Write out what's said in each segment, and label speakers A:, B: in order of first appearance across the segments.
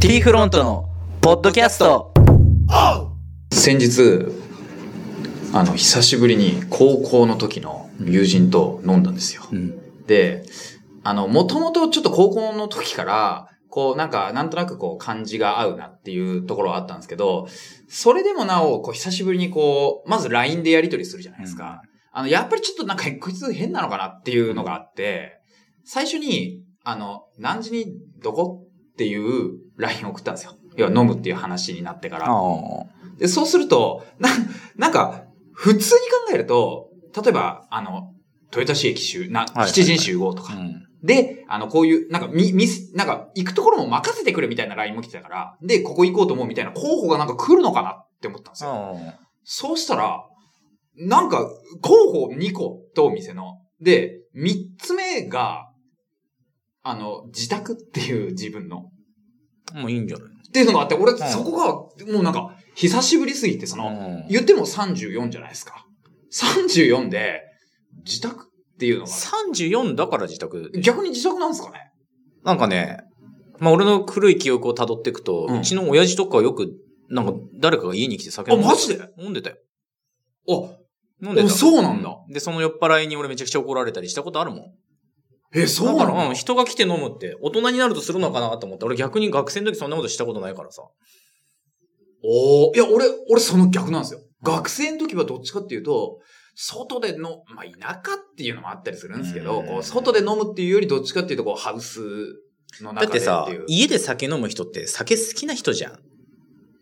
A: T フロントのポッドキャスト
B: 先日あの久しぶりに高校の時の友人と飲んだんですよ、であのもともとちょっと高校の時からこうなんかなんとなくこう感じが合うなっていうところはあったんですけどそれでもなおこう久しぶりにこうまず LINE でやり取りするじゃないですか、あのやっぱりちょっとなんかこいつ変なのかなっていうのがあって最初にあの何時にどこっていう LINE を送ったんですよ要は飲むっていう話になってから
A: あ
B: で、そうすると、な、なんか、普通に考えると、例えば、あの、豊田市駅集、な、
A: はい
B: 七人集合と
A: あ、
B: か。で、あの、こういう、なんか、み、みす、なんか、行くところも任せてくれみたいな LINE も来てたから、で、ここ行こうと思うみたいな候補がなんか来るのかなって思ったんですよ。そうしたら、なんか、候補2個とお店の。で、3つ目が、あの、自宅っていう自分の。
A: もういいんじゃない
B: っていうのがあって、俺、
A: ん
B: そこが、もうなんか、久しぶりすぎて、その、
A: うん
B: 言っても34じゃないですか。34で、自宅っていうのが、
A: 34だから自宅で
B: 逆に自宅なんですかね
A: なんかね、まあ俺の古い記憶を辿っていくと、
B: う
A: うんちの親父とかはよく、なんか誰かが家に来て酒
B: あ、
A: 飲んでた
B: マジであ、
A: 飲んでたよ。
B: お
A: 飲んでた。
B: そうなんだ。
A: で、その酔っ払いに俺めちゃくちゃ怒られたりしたことあるもん。
B: え、そう
A: だ
B: な
A: か
B: の
A: ら、うん、人が来て飲むって、大人になるとするのかなと思って、俺逆に学生の時そんなことしたことないからさ。
B: おーいや、俺、俺その逆なんですよ。学生の時はどっちかっていうと、外での、まあ、田舎っていうのもあったりするんですけど、
A: うん
B: こう、外で飲むっていうよりどっちかっていうと、こう、ハウスの
A: だっ
B: 中で
A: て
B: って
A: さ
B: いう、。
A: 家で酒飲む人って酒好きな人じゃん。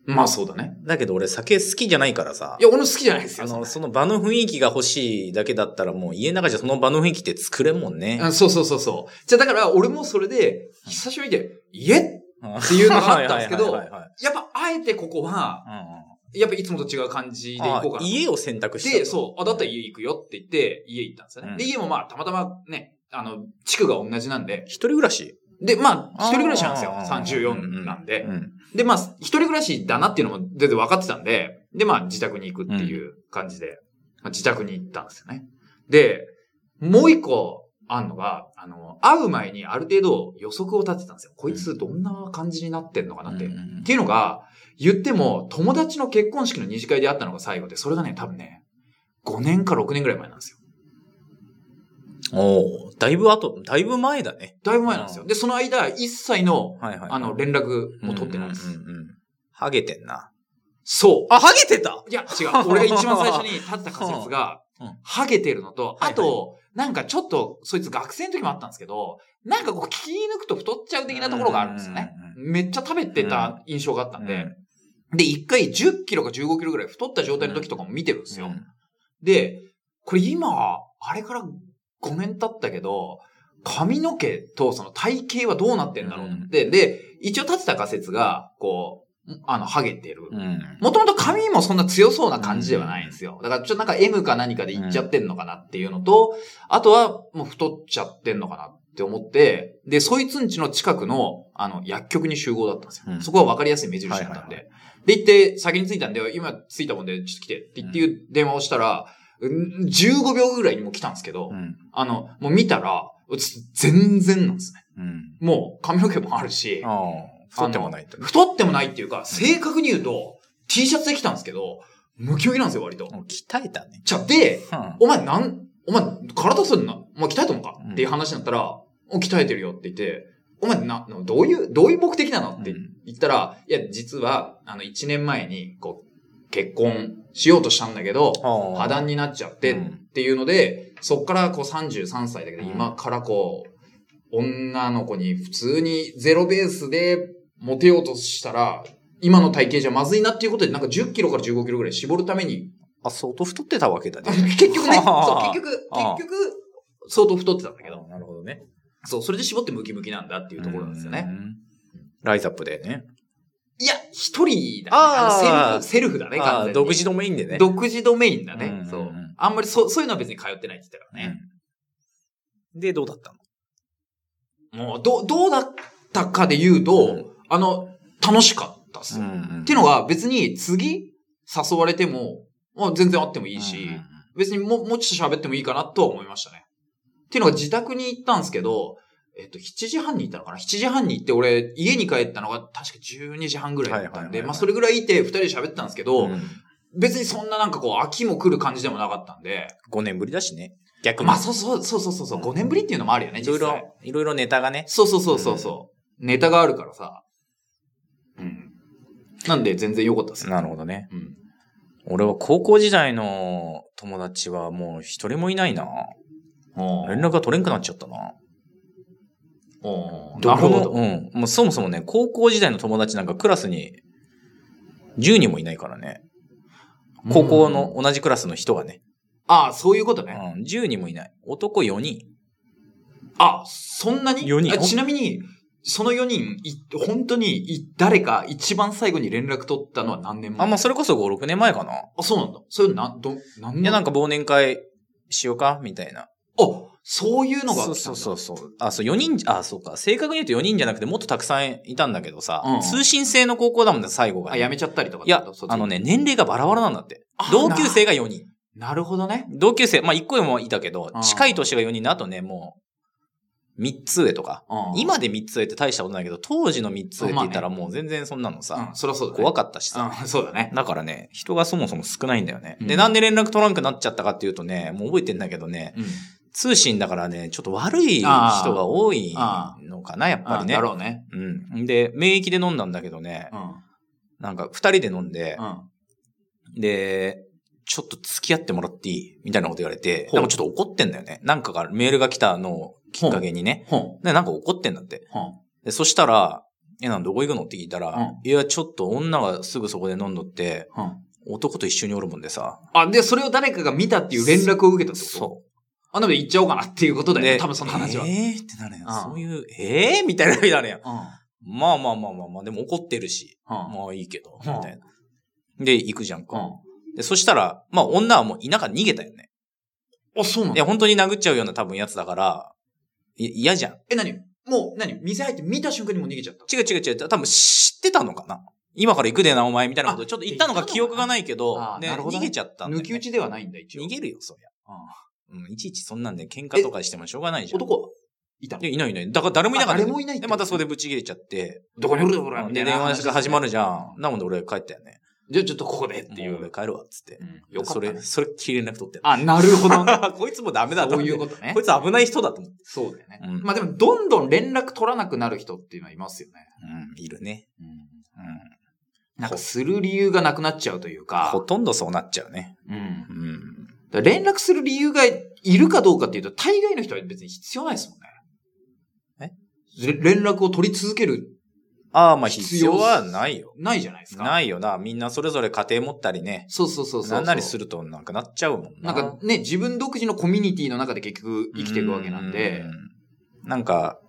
B: まあ、そうだね。
A: だけど俺酒好きじゃないからさ
B: い。や、俺も好きじゃないですよ。
A: あ
B: そん
A: の、
B: な
A: その場の雰囲気が欲しいだけだったらもう家の中じゃその場の雰囲気って作れんもんね。
B: あそうそうそうそう。じゃあだから俺もそれで、久しぶりで、家っていうのがあったんですけ
A: は
B: ど
A: いはいはいはい
B: やっぱあえてここは、
A: うんうん
B: やっぱいつもと違う感じで行こうかな
A: あ
B: と。
A: 家を選択したと。
B: で、そう、あ、だったら家行くよって言って、家行ったんですよね。
A: うん
B: で、家もまあ、たまたまね、あの、地区が同じなんで、
A: 一人暮らし
B: で、まあ、一人暮らしなんですよ。
A: あー
B: 34なんで。
A: うんうん
B: で、まあ、一人暮らしだなっていうのも全然分かってたんで、で、まあ、自宅に行くっていう感じで、まあ、自宅に行ったんですよね。で、もう一個あんのが、あの、会う前にある程度予測を立てたんですよ。こいつどんな感じになってんのかなって。
A: うんう
B: っ
A: ん
B: ていうのが、言っても、友達の結婚式の二次会で会ったのが最後で、それがね、多分ね、5年か6年ぐらい前なんですよ。
A: おーだいぶ後、だいぶ前だね。
B: だいぶ前なんですよ。で、その間、一切の、
A: はいはい。
B: あの、連絡も取ってないです。
A: うんうんうんうん。ハゲてんな。
B: そう。
A: あ、ハゲてた
B: いや、違う。俺が一番最初に立ってた仮説が
A: うんうん、
B: ハゲてるのと、
A: はいは
B: あ
A: い
B: と、なんかちょっと、そいつ学生の時もあったんですけど、なんかこう、気抜くと太っちゃう的なところがあるんですよね。めっちゃ食べてた印象があったんで、で、一回10キロか15キロぐらい太った状態の時とかも見てるんですよ。で、これ今、あれから5年経ったけど、髪の毛とその体型はどうなってんだろうと思って、で、一応立てた仮説が、こう、あの、ハゲてる。
A: うん。うん。
B: もともと髪もそんな強そうな感じではないんですよ。だからちょっとなんか M か何かでいっちゃってんのかなっていうのと、あとはもう太っちゃってんのかなって思って、で、そいつんちの近くの、あの、薬局に集合だったんですよ。
A: うん
B: そこは分かりやすい目印だったんで。で、行って、先に着いたんで、今着いたもんで、ちょっと来てって言っていう電話をしたら、うん15秒ぐらいにもう来たんですけど、
A: うん。
B: あの、もう見たら、全然なんですね。
A: うん。
B: もう髪の毛もあるし、
A: ああ、太ってもないとね。
B: 太ってもないっていうか、正確に言うと、T シャツで来たんですけど、ムキムキなんですよ、割と。
A: もう鍛えたね。
B: じゃあ、で、
A: うん
B: お前なん、お前、体するな、お前鍛えたのか
A: うん
B: っていう話になったら、お鍛えてるよって言って、お前な、どういう、どういう目的なのって言ったら、いや、実は、あの、1年前に、こう、結婚しようとしたんだけど、
A: ああ
B: 破談になっちゃって
A: うん
B: っていうので、そっからこう33歳だけど、
A: うん
B: 今からこう、女の子に普通にゼロベースでモテようとしたら、今の体型じゃまずいなっていうことで、なんか10キロから15キロぐらい絞るために、
A: あ、相当太ってたわけだね。
B: 結 局ね、
A: あ
B: そ
A: ー
B: う、結局、
A: あー
B: 結局、相当太ってたんだけど、
A: なるほどね。
B: そう、それで絞ってムキムキなんだっていうところなんですよね。
A: うん。ライズアップでね。
B: いや、一人だね。
A: あー
B: あのセルフ、セルフだね、完
A: あ
B: 全
A: あ
B: に。
A: 独自ドメインでね。
B: 独自ドメインだ
A: うんうんう
B: ね
A: ん。
B: そう。あんまりそう、そういうのは別に通ってないって言ってたからね。
A: うんで、どうだったの
B: もう、ど、どうだったかで言うと、
A: うん
B: あの、楽しかったっすよ。
A: ん
B: っていうのが別に次誘われても、まあ、全然会ってもいいし、
A: うん
B: 別にもう、もうちょっと喋ってもいいかなとは思いましたね。っていうのが自宅に行ったんですけど、えっと、7時半に行ったのかな ?7 時半に行って、俺、家に帰ったのが確か12時半ぐらいだ
A: はい
B: ったん
A: はいはい
B: で、
A: はい
B: まあ、それぐらいいて、二人で喋ってたんですけ
A: う
B: ど、
A: ん
B: 別にそんななんかこう、秋も来る感じでもなかったんで、
A: 5年ぶりだしね。逆に。
B: まあ、そうそう、そうそうそうそう、5年ぶりっていうのもあるよね、
A: いろ
B: 実
A: い
B: 際。
A: ろ、いろいろネタがね。
B: そうそうそうそうそう。ネタがあるからさ。うん。なんで、全然良かったですね。
A: なるほどね。
B: うん。
A: 俺は高校時代の友達はもう一人もいないな。
B: お
A: 連絡が取れんくなっちゃったな。
B: お
A: ど
B: なる
A: こ
B: ほ
A: の、
B: ど。
A: うん。もうそもそもね、高校時代の友達なんかクラスに10人もいないからね。高校の
B: うん。
A: 同じクラスの人がね。
B: ああ、そういうことね。
A: うん、10人もいない。男4人。
B: あ、そんなに
A: 四人
B: あちなみに、その4人、い本当にい、誰か一番最後に連絡取ったのは何年前
A: あ、まあ、それこそ5、6年前かな。
B: あ、そうなんだ。それなん、ど、何年
A: いや、なんか忘年会しようかみたいな。
B: あ、そういうのがあったん
A: そう
B: だ
A: そうそうそう。あ、そう、4人、あ、そうか。正確に言うと4人じゃなくてもっとたくさんいたんだけどさ、
B: うん
A: 通信制の高校だもんね、最後が、
B: あ、やめちゃったりとかっ
A: い
B: てこ
A: や
B: と。、
A: あの
B: ね。
A: ね、年齢がバラバラなんだって
B: あ。
A: 同級生が4人。
B: なるほどね。
A: 同級生、まあ1個上もいたけど
B: うん、
A: 近い年が4人で、あとね、もう、3つ上とか。
B: うん
A: 今で3つ上って大したことないけど、当時の3つ上って言ったらもう全然そんなの
B: う
A: さ、
B: ん、そりゃそうだ、ね。
A: 怖
B: か
A: かったしさ。
B: うん、そうだね。
A: だからね、人がそもそも少ないんだよね。
B: うん
A: で、なんで連絡取らんくなっちゃったかっていうとね、もう覚えてんだけどね、
B: うん。
A: 通信だからね、ちょっと悪い人が多い
B: あ
A: のかな、やっぱ
B: あ、
A: りね
B: だ。ろうね。
A: うん。で、免疫で飲んだんだけどね
B: う、ん。
A: なんか二人で飲んで
B: う、ん。
A: で、ちょっと付き合ってもらっていいみたいなこと言われて、
B: ほう
A: なんかちょっと怒ってんだよね。なんかがメールが来たのをきっかけにね。
B: ほん。
A: で、なんか怒ってんだって。
B: ほん。
A: で、そしたら、え、なんどこ行くのって聞いた
B: う
A: ら、いや、ちょっと女がすぐそこで飲んどって、
B: ほん。
A: 男と一緒におるもんでさ。
B: あ、で、それを誰かが見たっていう連絡を受けたってことう。
A: そ
B: あ、なので行っちゃおうかなっていうこと
A: う。
B: だよね。
A: で
B: 多分その話は。
A: えーってなるやん。
B: うん
A: そういう、えーみたいな風になるやん。
B: うん。
A: まあまあまあまあまあ、でも怒ってるし、
B: うん。
A: まあいいけど、み
B: うん
A: たいな。で、行くじゃん
B: う
A: か。で、そしたら、まあ女はもう田舎に逃げたよね。
B: ん。あ、そうなん
A: い
B: だ
A: や、。本当に殴っちゃうような多分やつだから、い嫌じゃん。
B: え、何もう、何店入って見た瞬間にもう逃げちゃった。
A: 違う違う違う。多分知ってたのかな。今から行くでな、お前、みたいなこと。
B: あ
A: ちょっと言ったのか
B: 言ったのかな
A: 記憶がないけど
B: あ、ー
A: ね、
B: なるほど
A: 逃げちゃったんだよ
B: 抜
A: ね
B: き打ちではないんだ、一応。
A: 逃げるよ、そりゃ。
B: うん
A: うん、いちいちそんなんで喧嘩とかしてもしょうがないじゃん。
B: 男はいたの
A: いや、いないいない。だから誰もいなか
B: あ
A: った。
B: 誰もいないって
A: で、
B: こ
A: ま
B: と
A: たそれでブチ切れちゃって。
B: どこにおるどこらみた
A: で、
B: いな
A: 電話
B: 話
A: して始まるじゃん。なので俺帰ったよね。
B: じゃあちょっとここでってい
A: もう俺
B: う。
A: 帰るわ、っつって
B: う。んよか
A: そ
B: った
A: れ、
B: ね。
A: それっきり連絡取って
B: あ、なるほ どね。
A: あ こいつもダメだと
B: そ
A: 思っ
B: うい
A: て。
B: う
A: こ
B: ことね
A: い。つ危ない人だと思って。
B: そうだよね
A: う。ん
B: まあでも、どんどん連絡取らなくなる人っていうのはいますよね。
A: うん、いるね。うん。
B: なんか、する理由がなくなっちゃうという
A: ほ
B: か。
A: とんどそうなっちゃうね。
B: うん。
A: うん。
B: だから連絡する理由がいるかどうかっていうと、大概の人は別に必要ないですもんね。え連絡を取り続ける、
A: ああ、まあ
B: 必要
A: 必要はないよ。
B: ないじゃないですか。い。
A: ないよな。みんなそれぞれ家庭持ったりね。
B: そうそうそうそう。
A: なんなりす
B: る。
A: るとなんかなっちゃうもんな。
B: なんかね、自分独自のコミュニティの中で結局生きていくわけなんで
A: う。ん。なんか、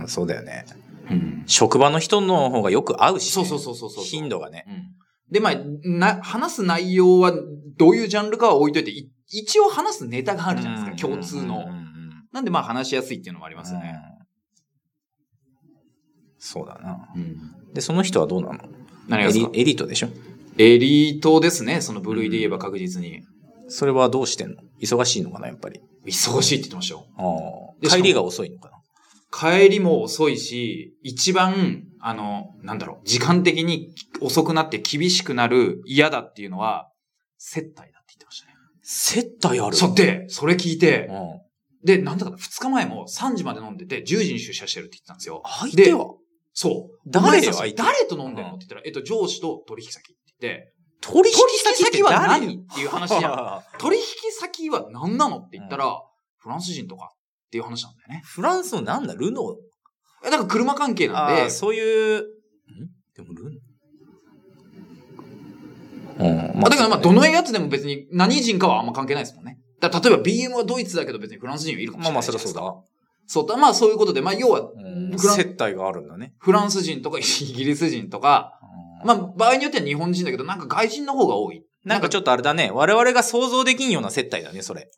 A: うん、そうだよね。
B: うん
A: 職場の人の方がよく会うし、ね。
B: そうそうそうそうそう。
A: 頻度がね。
B: うんで、まあ、な、話す内容はどういうジャンルかは置いといて、い一応話すネタがあるじゃないですか、
A: うん
B: 共通
A: うんうん
B: の。
A: うん
B: なんでまあ話しやすいっていうのもありますよね。
A: うんそうだな。
B: うん
A: で、その人はどうなのエ
B: 何がです
A: リ
B: か
A: エリートでしょ
B: エリートですね、その部類で言えば確実に。
A: それはどうしてんの忙しいのかなやっぱり。
B: 忙しいって言ってましたよ。
A: ああ
B: で
A: 帰りが遅いのかな
B: 帰りも遅いし、一番、あの、なんだろう、時間的に遅くなって厳しくなる嫌だっていうのは、接待だって言ってましたね。
A: 接待ある
B: そ、で、それ聞いて
A: う、ん。
B: で、なんだか2日前も3時まで飲んでて、10時に出社してるって言ってたんですよ。
A: 相手は
B: そう。
A: 誰よ
B: お前さ
A: 相手
B: 誰と飲んでんのって言ったら、えっと、上司と取引先って言って、
A: 取
B: 取引先は
A: っ
B: 何っていう話じゃ ん。
A: ん
B: 取引先は何なのって言ったら、フランス人とかっていう話なんだよね。
A: フランスのなんだルノ
B: えだから車関係
A: ー
B: なん
A: あ
B: で
A: あ、、そういう、んでもルノーうん。
B: まあ、だからまあ、どのやつでも別に何人かはあんま関係ないですもんね。だから例えば BM はドイツだけど別にフランス人はいるかもし
A: まあ
B: れ
A: ま
B: な
A: あ、
B: い
A: そ
B: じゃ
A: りゃそ
B: ないで
A: う
B: すか。
A: だ。
B: そうだ。まあそういうことで、まあ要は、
A: うん
B: フラン
A: 接待があるんだね。
B: フランス人とかイギリス人とか、まあ場合によっては日本人だけど、なんか外人の方が多い。
A: なんかちょっとあれだね。我々が想像できんような接待だね、それ。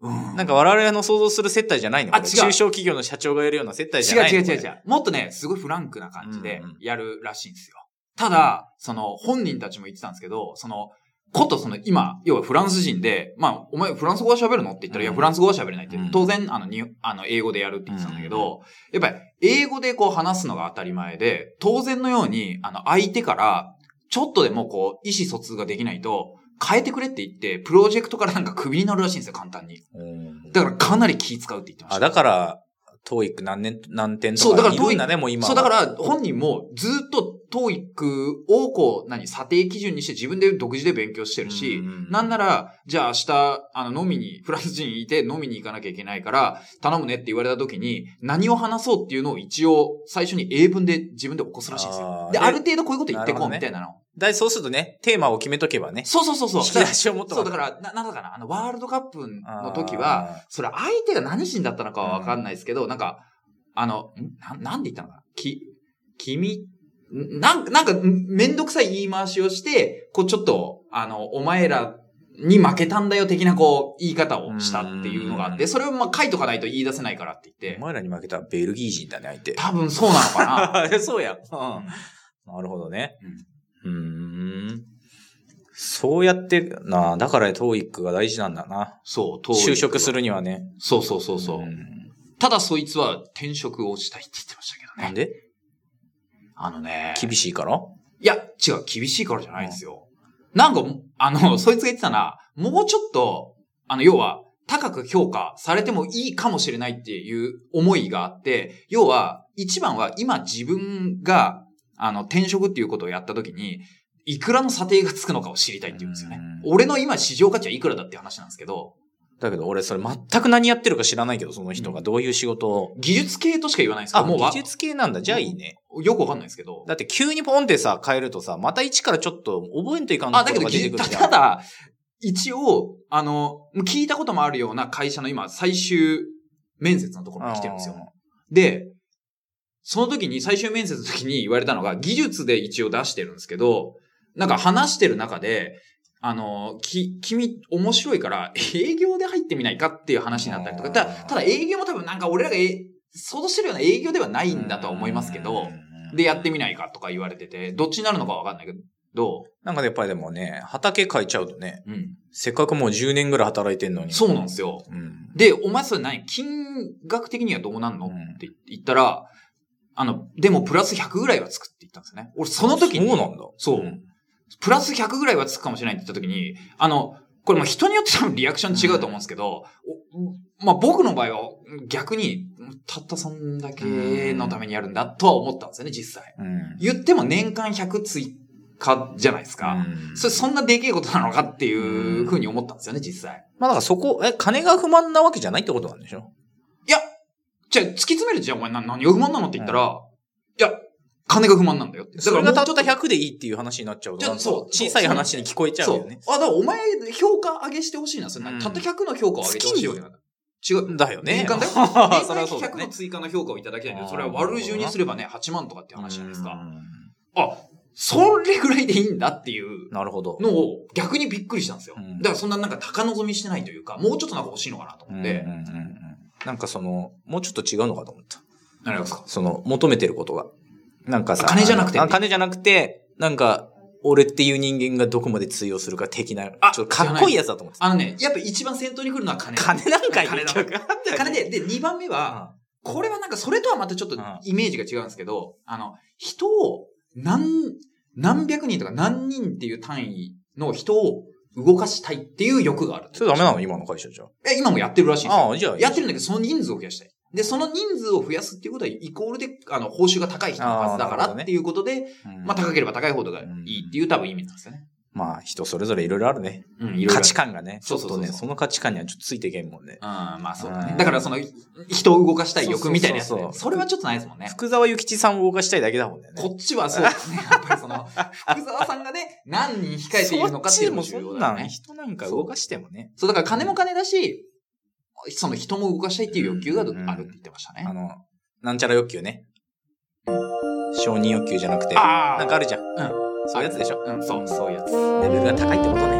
B: うん
A: なんか我々の想像する接待じゃないの
B: あ
A: これ
B: 違う
A: 中小企業の社長がやるような接待じゃ
B: 違う
A: ないの
B: 違う違う
A: こ
B: 違
A: れ
B: う。もっとね、すごいフランクな感じで
A: うんうん
B: やるらしいんですよ。ただ、その本人たちも言ってたんですけど、そのことその今、要はフランス人で、まあ、お前フランス語は喋るのって言った
A: うん
B: ら、いや、フランス語は喋れないって
A: う、ん
B: 当然、あの、に、あの、英語でやるって言ってたんだけど、やっぱり、英語でこう話すのが当たり前で、当然のように、あの、相手から、ちょっとでもこう、意思疎通ができないと、変えてくれって言って、プロジェクトからなんかクビになるらしいんですよ、簡単に。
A: うん
B: だからかなり気使うって言ってました。
A: あ、だから、トーイック何年、何点と
B: そうだか
A: からいるんだね、もう今は。
B: そう、だから本人もずっと TOEIC をこう、何、査定基準にして自分で独自で勉強してるし、
A: うんうんうん
B: なんなら、じゃあ明日、あの、飲みに、フランス人いて飲みに行かなきゃいけないから、頼むねって言われた時に、何を話そうっていうのを一応、最初に英文で自分で起こすらしいんですよ
A: あ。ーで
B: で、ある程度こういうこと言ってこうみたいなの。
A: だいそうするとね、テーマを決めとけばね、
B: そうそうそうそう。
A: 引き出しを持っと
B: そう、だから、な、なんだかな、あの、ワールドカップの時は、
A: は、
B: それ相手が何人だったのかはわかんないですけど、なんか、あの、んな、なんで言ったのかなき、君、んなんか、なんか、んめんどくさい言い回しをして、こうちょっと、あの、お前らに負けたんだよ的なこう、言い方をしたっていうのがあっ
A: う
B: て、
A: ん
B: それをまあ書いとかないと言い出せないからって言っ
A: お
B: て、
A: 前らに負けたベルギー人だね、相手。
B: 多分 そうなのか
A: あそうや。
B: な。
A: うん。なるほどね。うん。んそうやって、なあだからトーイックが大事なんだな。
B: そう、当
A: 就職す
B: る。
A: るにはね。
B: そうそうそうそう。
A: ん
B: ただそいつは転職をしたいって言ってましたけどね。
A: なんで
B: あのね。
A: 厳しいから
B: いや、違う、厳しいからじゃないんですよ。なんか、あの、 そいつが言ってたな、もうちょっと、あの、要は、高く評価されてもいいかもしれないっていう思いがあって、要は、一番は今自分が、あの、転職っていうことをやった時に、いくらの査定がつくのかを知りたいって言うんですよね。
A: う
B: 俺の今市場価値はいくらだって話なんですけど、
A: だけど俺それ全く何やってるか知らないけど、その人
B: う
A: がどういう仕事を。
B: 技術系としか言わないんですけ
A: あ、
B: ど、も
A: もう
B: うわ
A: 技術系なんだ。じゃあいいね。
B: よくわかんないですけど。
A: だって急にポンってさ、変えるとさ、また一からちょっと覚えんといかん
B: あ、だけ
A: こと
B: ど、
A: が出てくるじゃん
B: ただ、一応、あの、聞いたこともあるような会社の今、最終面接のところに来てるんですよ。で、その時に、最終面接の時に言われたのが、技術で一応出してるんですけど、なんか話してる中で、あの、き、君、面白いから、営業で入ってみないかっていう話になったりとか、
A: うん
B: ただ、ただ営業も多分なんか俺らがえ想像してるような営業ではないんだとは思いますけど、、で、やってみ
A: ない。
B: ないかとか言われてて、どっちになるのかわかんないけど、
A: なんかねやっぱりでもね、畑変えちゃうとね、
B: うん。
A: せっかくもう10年ぐらい働いてんのに。
B: そうなんですよ。
A: うん。
B: で、お前それ何金額的にはどうなんの、
A: うん
B: って言ったら、あの、でもプラス100ぐらいはつくって言ったんですよね。俺その時に、
A: そうなんだ。
B: そう
A: うん
B: プラス100ぐらいはつくかもしれないって言った時に、あの、これもう人によって多分リアクション違うと思うんですけど、おまあ僕の場合は逆に、たったそんだけのためにやるんだとは思ったんですよね、実際。
A: うん。
B: 言っても年間100追加じゃないですか。
A: うん
B: それそんなでけえことなのかっていうふうに思ったんですよね、実際。
A: まあだからそこ、え、金が不満なわけじゃないってことなんでしょ
B: いや、じゃあ突き詰めるじゃん、お前な何が不満なのって言ったら、いや、金が不満なんだよって。
A: それがたっ
B: もう
A: た100でいいっていう話になっちゃうと、
B: ちょ
A: なんか
B: そう
A: 小さい話に聞こえちゃうよね。
B: そう。あ、だからお前、評価上げしてほしいな、それ、
A: うん
B: たった100の評価を上げてほしいわけなんだ。違う。
A: だよね。。
B: 年間だ よ
A: そ
B: 年
A: れ
B: 間
A: はそうだ
B: 100の
A: ね。
B: 追加の評価をいただきたいんだ
A: あ
B: よ。
A: ー
B: それは割る順にすればね、8万とかって話じゃないです
A: う
B: か。
A: ん
B: あ、それぐらいでいいんだっていう
A: なるほど。
B: のを逆にびっくりしたんですよ
A: うん。
B: だからそんななんか高望みしてないというか、もうちょっとなんか欲しいのかなと思っ
A: う
B: て
A: ん。うんうんうんなんかその、もうちょっと違うのかと思った。
B: なりますか
A: その、求めてることが。なんかさ、
B: あ金じゃなくて
A: あ金じゃなくて、なんか、俺っていう人間がどこまで通用するか的な、ち
B: あ
A: ょっとかっこいいやつだと思ってた。
B: あのね、やっぱ一番先頭に来るのは金。
A: 金なんかいい
B: 金だ
A: 結局
B: 金で、で、2番目は、これはなんかそれとはまたちょっと
A: うん
B: イメージが違うんですけど、あの、人を何、何百人とか何人っていう単位の人を動かしたいっていう欲がある。
A: それダメなの今の会社じゃ。
B: え、今もやってるらしいんですよ。
A: ああ、じゃあいい。
B: やってるんだけど、その人数を増やしたい。で、その人数を増やすっていうことは、イコールで、あの、報酬が高い人のはずだか
A: ああなるほど
B: ら
A: ね
B: っていうことで、
A: うん
B: まあ、高ければ高いほどがいいっていう多分意味なんですよね。
A: まあ、人それぞれいろいろあるね。
B: うん、いろいろ。
A: 価値観がね。ち
B: そ
A: ょっ
B: うそうそう
A: と
B: そう
A: ね、その価値観にはちょっとついていけんもんね。
B: うん、まあそうだ
A: う
B: ね。
A: ん
B: だからその、人を動かしたい欲みたいなやつね、
A: そうそうそうそう
B: それはちょっとないですもんね。
A: 福沢諭吉さんを動かしたいだけだもんね。
B: こっちはそうですね。 やっぱりその、福沢さんがね、何人控えているのかっていうのも重
A: そ
B: 要
A: っちもそん
B: だ
A: な
B: よ
A: ん、
B: ね。
A: 人なんか動かしてもね。
B: そう、だから金も金だし、その人も動かしたいっていう欲求がある
A: うん
B: って言ってましたね
A: あ。の、なんちゃら欲求ね。承認欲求じゃなくて、な
B: あ
A: んかあるじゃん。
B: ん
A: そういうやつでしょ。
B: うん、そう、そういうやつ。
A: レベルが高いってことね。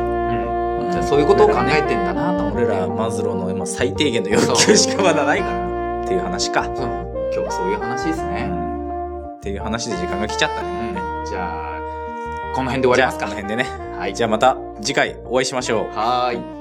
B: うん。じゃあそういうことを考えてんだなと思って。
A: 俺らマズローのまあ最低限の欲求しかまだないから。っていう話か。
B: うん今日はそういう話ですね。
A: っていう話で時間が来ちゃったね。
B: うん。じゃあ、この辺で終わ
A: じ
B: り
A: ゃあ、
B: ます
A: こ
B: か
A: の。辺でね。
B: はい。
A: じゃあまた。
C: 次回お会いしましょう。
A: はーい。